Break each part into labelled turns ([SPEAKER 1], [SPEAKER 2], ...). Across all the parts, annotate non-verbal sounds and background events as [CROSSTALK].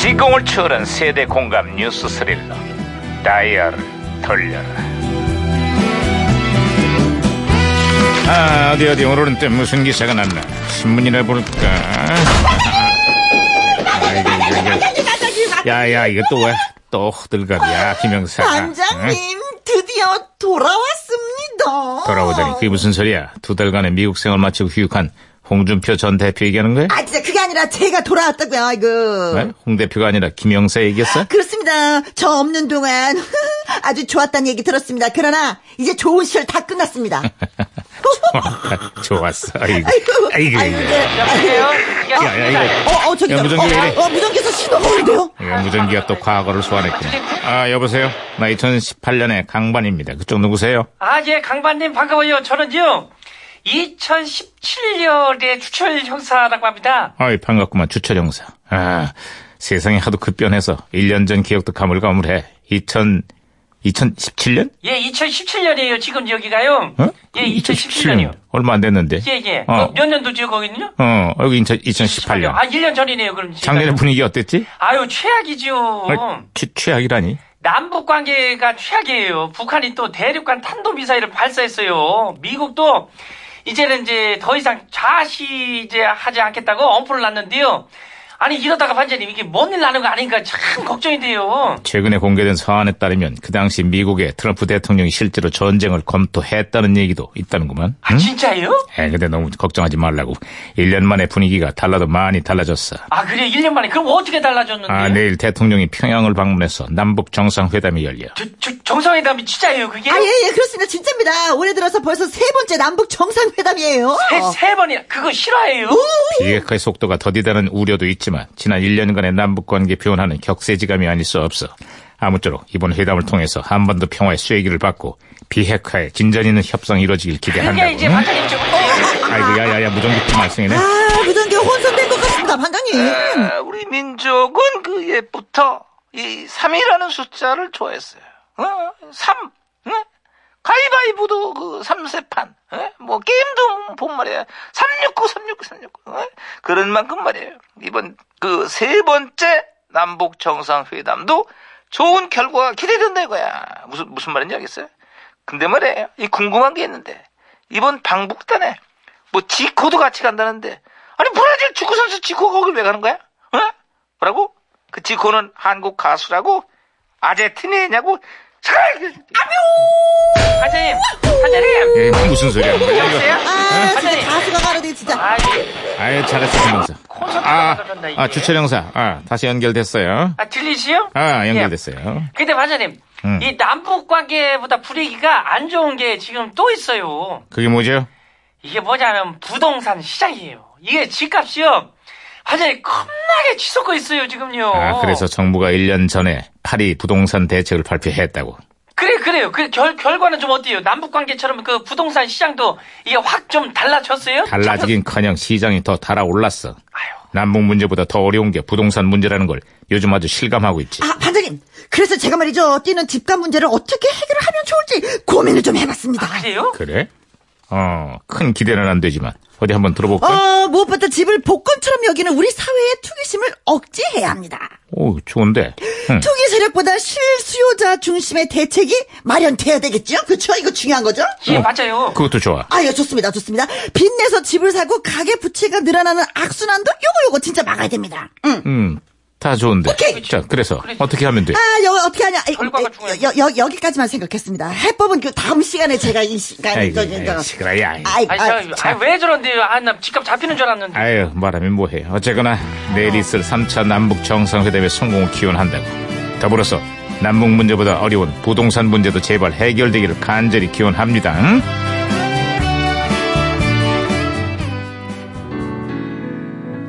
[SPEAKER 1] 시공을 초월한 세대 공감 뉴스 스릴러 다이얼을 돌려라 아 어디 어디 오늘은 또 무슨 기사가 났나 신문이나 볼까 아이고, 이거, 이거. 야야 이거 또왜또 호들갑이야 김영사
[SPEAKER 2] 반장님 드디어 돌아왔습니다.
[SPEAKER 1] 돌아오다니 그게 무슨 소리야 두 달간의 미국 생활 마치고 귀국한 홍준표 전 대표 얘기하는 거야?
[SPEAKER 2] 아 진짜 그게 아니라 제가 돌아왔다고요. 아이고.
[SPEAKER 1] 네? 홍 대표가 아니라 김영사 얘기했어? [LAUGHS]
[SPEAKER 2] 그렇습니다. 저 없는 동안 [LAUGHS] 아주 좋았다는 얘기 들었습니다. 그러나 이제 좋은 시절 다 끝났습니다.
[SPEAKER 1] 좋았어 [LAUGHS] 아이고
[SPEAKER 2] 아이고.
[SPEAKER 1] 아이고,
[SPEAKER 2] 아이고,
[SPEAKER 1] 아이고.
[SPEAKER 2] 이제, 아이고.
[SPEAKER 1] 야, 야, 이거.
[SPEAKER 2] 어, 어, 저기
[SPEAKER 1] 야, 무전기 왜 이래?
[SPEAKER 2] 어, 어, 무전기에서 신호가 오는데요?
[SPEAKER 1] 예, 무전기가 또 과거를 소환했군요. 아, 여보세요? 나 2018년의 강반입니다. 그쪽 누구세요?
[SPEAKER 3] 아, 예, 강반님 반가워요. 저는요, 2017년에 추철 형사라고 합니다.
[SPEAKER 1] 아이, 반갑구만, 주철 형사. 아, 세상이 하도 급변해서 1년 전 기억도 가물가물해. 2000, 2017년?
[SPEAKER 3] 예, 2017년이에요. 지금 여기가요.
[SPEAKER 1] 어?
[SPEAKER 3] 예, 2017년이요.
[SPEAKER 1] 얼마 안 됐는데.
[SPEAKER 3] 예, 예.
[SPEAKER 1] 어,
[SPEAKER 3] 어, 몇 년도죠, 거기는요?
[SPEAKER 1] 어, 여기 2018년.
[SPEAKER 3] 아, 1년 전이네요, 그럼. 지금.
[SPEAKER 1] 작년의 분위기 어땠지?
[SPEAKER 3] 아유, 최악이죠.
[SPEAKER 1] 어, 취, 취약이라니.
[SPEAKER 3] 남북 관계가 최악이에요. 북한이 또 대륙간 탄도미사일을 발사했어요. 미국도 이제는 이제 더 이상 좌시 이제 하지 않겠다고 엄포를 놨는데요. 아니, 이러다가 반장님, 이게 뭔 일 나는 거 아닌가 참 걱정이 돼요.
[SPEAKER 1] 최근에 공개된 사안에 따르면 그 당시 미국의 트럼프 대통령이 실제로 전쟁을 검토했다는 얘기도 있다는구만.
[SPEAKER 3] 아, 진짜예요?
[SPEAKER 1] 에 근데 너무 걱정하지 말라고. 1년 만에 분위기가 달라도 많이 달라졌어.
[SPEAKER 3] 아, 그래, 1년 만에. 그럼 어떻게 달라졌는데?
[SPEAKER 1] 아, 내일 대통령이 평양을 방문해서 남북 정상회담이 열려.
[SPEAKER 3] 저, 저, 정상회담이 진짜예요, 그게?
[SPEAKER 2] 아, 예, 예, 그렇습니다. 진짜입니다. 올해 들어서 벌써 세 번째 남북 정상회담이에요.
[SPEAKER 3] 세,
[SPEAKER 4] 어.
[SPEAKER 3] 세 번이나. 그거 실화예요?
[SPEAKER 1] 비핵화의 속도가 더디다는 우려도 있지만 지난 1년간의 남북 관계 표현하는 격세지감이 아닐 수 없어. 아무쪼록 이번 회담을 통해서 한반도 평화의 쐐기를 받고 비핵화에 진전 있는 협상이 이루어지길
[SPEAKER 3] 그게
[SPEAKER 1] 네, 기대한다고.
[SPEAKER 3] 이제 반장님 저
[SPEAKER 4] 어.
[SPEAKER 1] 아이고 야야야 무전기 좀 말썽이네.
[SPEAKER 2] 아, 무전기 혼선된 것 같습니다, 반장님.
[SPEAKER 4] 아, 우리 민족은 그 옛부터 이 3이라는 숫자를 좋아했어요. 어? 3. 가위바위보도 그 3세판. 뭐
[SPEAKER 3] 어.
[SPEAKER 4] 네. 게임도 본 말이야. 369, 369, 369. 어? 그런 만큼 말이에요. 이번 그 세 번째 남북 정상회담도 좋은 결과가 기대된다 이거야. 무슨 무슨 말인지 알겠어요? 근데 말이에요. 이 궁금한 게 있는데 이번 방북단에 뭐 지코도 같이 간다는데 아니 브라질 축구 선수 지코 거길 왜 가는 거야? 어? 뭐라고? 그 지코는 한국 가수라고 아제티니냐고?
[SPEAKER 3] 반장님, 반장님.
[SPEAKER 1] 에이, 무슨 소리야? 하는 거야, 이거.
[SPEAKER 3] 여보세요?
[SPEAKER 2] 아,
[SPEAKER 3] 반장님.
[SPEAKER 2] 진짜 가수가 가르대, 진짜.
[SPEAKER 3] 아, 예.
[SPEAKER 1] 아유 잘했어 김영사. 아, 아 주철 형사. 아 다시 연결됐어요.
[SPEAKER 3] 아, 들리시요?
[SPEAKER 1] 아
[SPEAKER 3] 예.
[SPEAKER 1] 연결됐어요.
[SPEAKER 3] 근데 반장님,
[SPEAKER 1] 음.
[SPEAKER 3] 이 남북 관계보다 분위기가 안 좋은 게 지금 또 있어요.
[SPEAKER 1] 그게 뭐죠?
[SPEAKER 3] 이게 뭐냐면 부동산 시장이에요. 이게 집값이요. 반장님, 겁나게 치솟고 있어요, 지금요.
[SPEAKER 1] 아, 그래서 정부가 1년 전에 파리 부동산 대책을 발표했다고.
[SPEAKER 3] 그래, 그래요. 그 결, 결과는 좀 어때요? 남북 관계처럼 그 부동산 시장도 이게 확 좀 달라졌어요?
[SPEAKER 1] 달라지긴
[SPEAKER 2] [LAUGHS]
[SPEAKER 1] 커녕 시장이 더 달아올랐어.
[SPEAKER 3] 아유.
[SPEAKER 1] 남북 문제보다 더 어려운 게 부동산 문제라는 걸 요즘 아주 실감하고 있지.
[SPEAKER 2] 아, 반장님. 그래서 제가 말이죠. 뛰는 집값 문제를 어떻게 해결을 하면 좋을지 고민을 좀 해봤습니다.
[SPEAKER 3] 그래요?
[SPEAKER 1] 그래? 어, 큰 기대는 안 되지만. 어디 한번 들어볼까?
[SPEAKER 2] 어, 무엇보다 집을 복권처럼 여기는 우리 사회의 투기심을 억제해야 합니다.
[SPEAKER 1] 오, 좋은데. 응.
[SPEAKER 2] 투기 세력보다 실수요자 중심의 대책이 마련돼야 되겠죠? 그렇죠? 이거 중요한 거죠?
[SPEAKER 3] 예,
[SPEAKER 1] 어,
[SPEAKER 3] 맞아요.
[SPEAKER 1] 그것도 좋아.
[SPEAKER 2] 아, 예, 좋습니다. 좋습니다. 빚내서 집을 사고 가계 부채가 늘어나는 악순환도 요거 요거 진짜 막아야 됩니다. 응.
[SPEAKER 1] 음, 다 좋은데.
[SPEAKER 2] 오케이.
[SPEAKER 1] 자, 그래서
[SPEAKER 3] 그렇지.
[SPEAKER 1] 어떻게 하면 돼?
[SPEAKER 2] 아, 여기 어떻게 하냐? 아이,
[SPEAKER 3] 결과가
[SPEAKER 2] 에,
[SPEAKER 3] 중요하지.
[SPEAKER 2] 여, 여, 여기까지만 생각했습니다. 해법은 그 다음 시간에 제가 이 시간에
[SPEAKER 1] 아이고,
[SPEAKER 2] 저- 저- 저-
[SPEAKER 1] 아이고, 시끄러야. 아이고.
[SPEAKER 2] 아이,
[SPEAKER 3] 아니,
[SPEAKER 2] 아,
[SPEAKER 3] 저, 아니, 왜 저런데요? 아, 나 집값 잡히는 줄 알았는데.
[SPEAKER 1] 아유, 말하면 뭐해. 어쨌거나 내일 있을 3차 남북 정상회담의 성공을 기원한다고. 더불어서 남북 문제보다 어려운 부동산 문제도 제발 해결되기를 간절히 기원합니다. 응?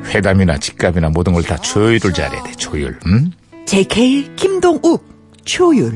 [SPEAKER 1] 회담이나 집값이나 모든 걸 다 조율을 잘해야 돼. 조율. 응?
[SPEAKER 2] JK 김동욱 초율.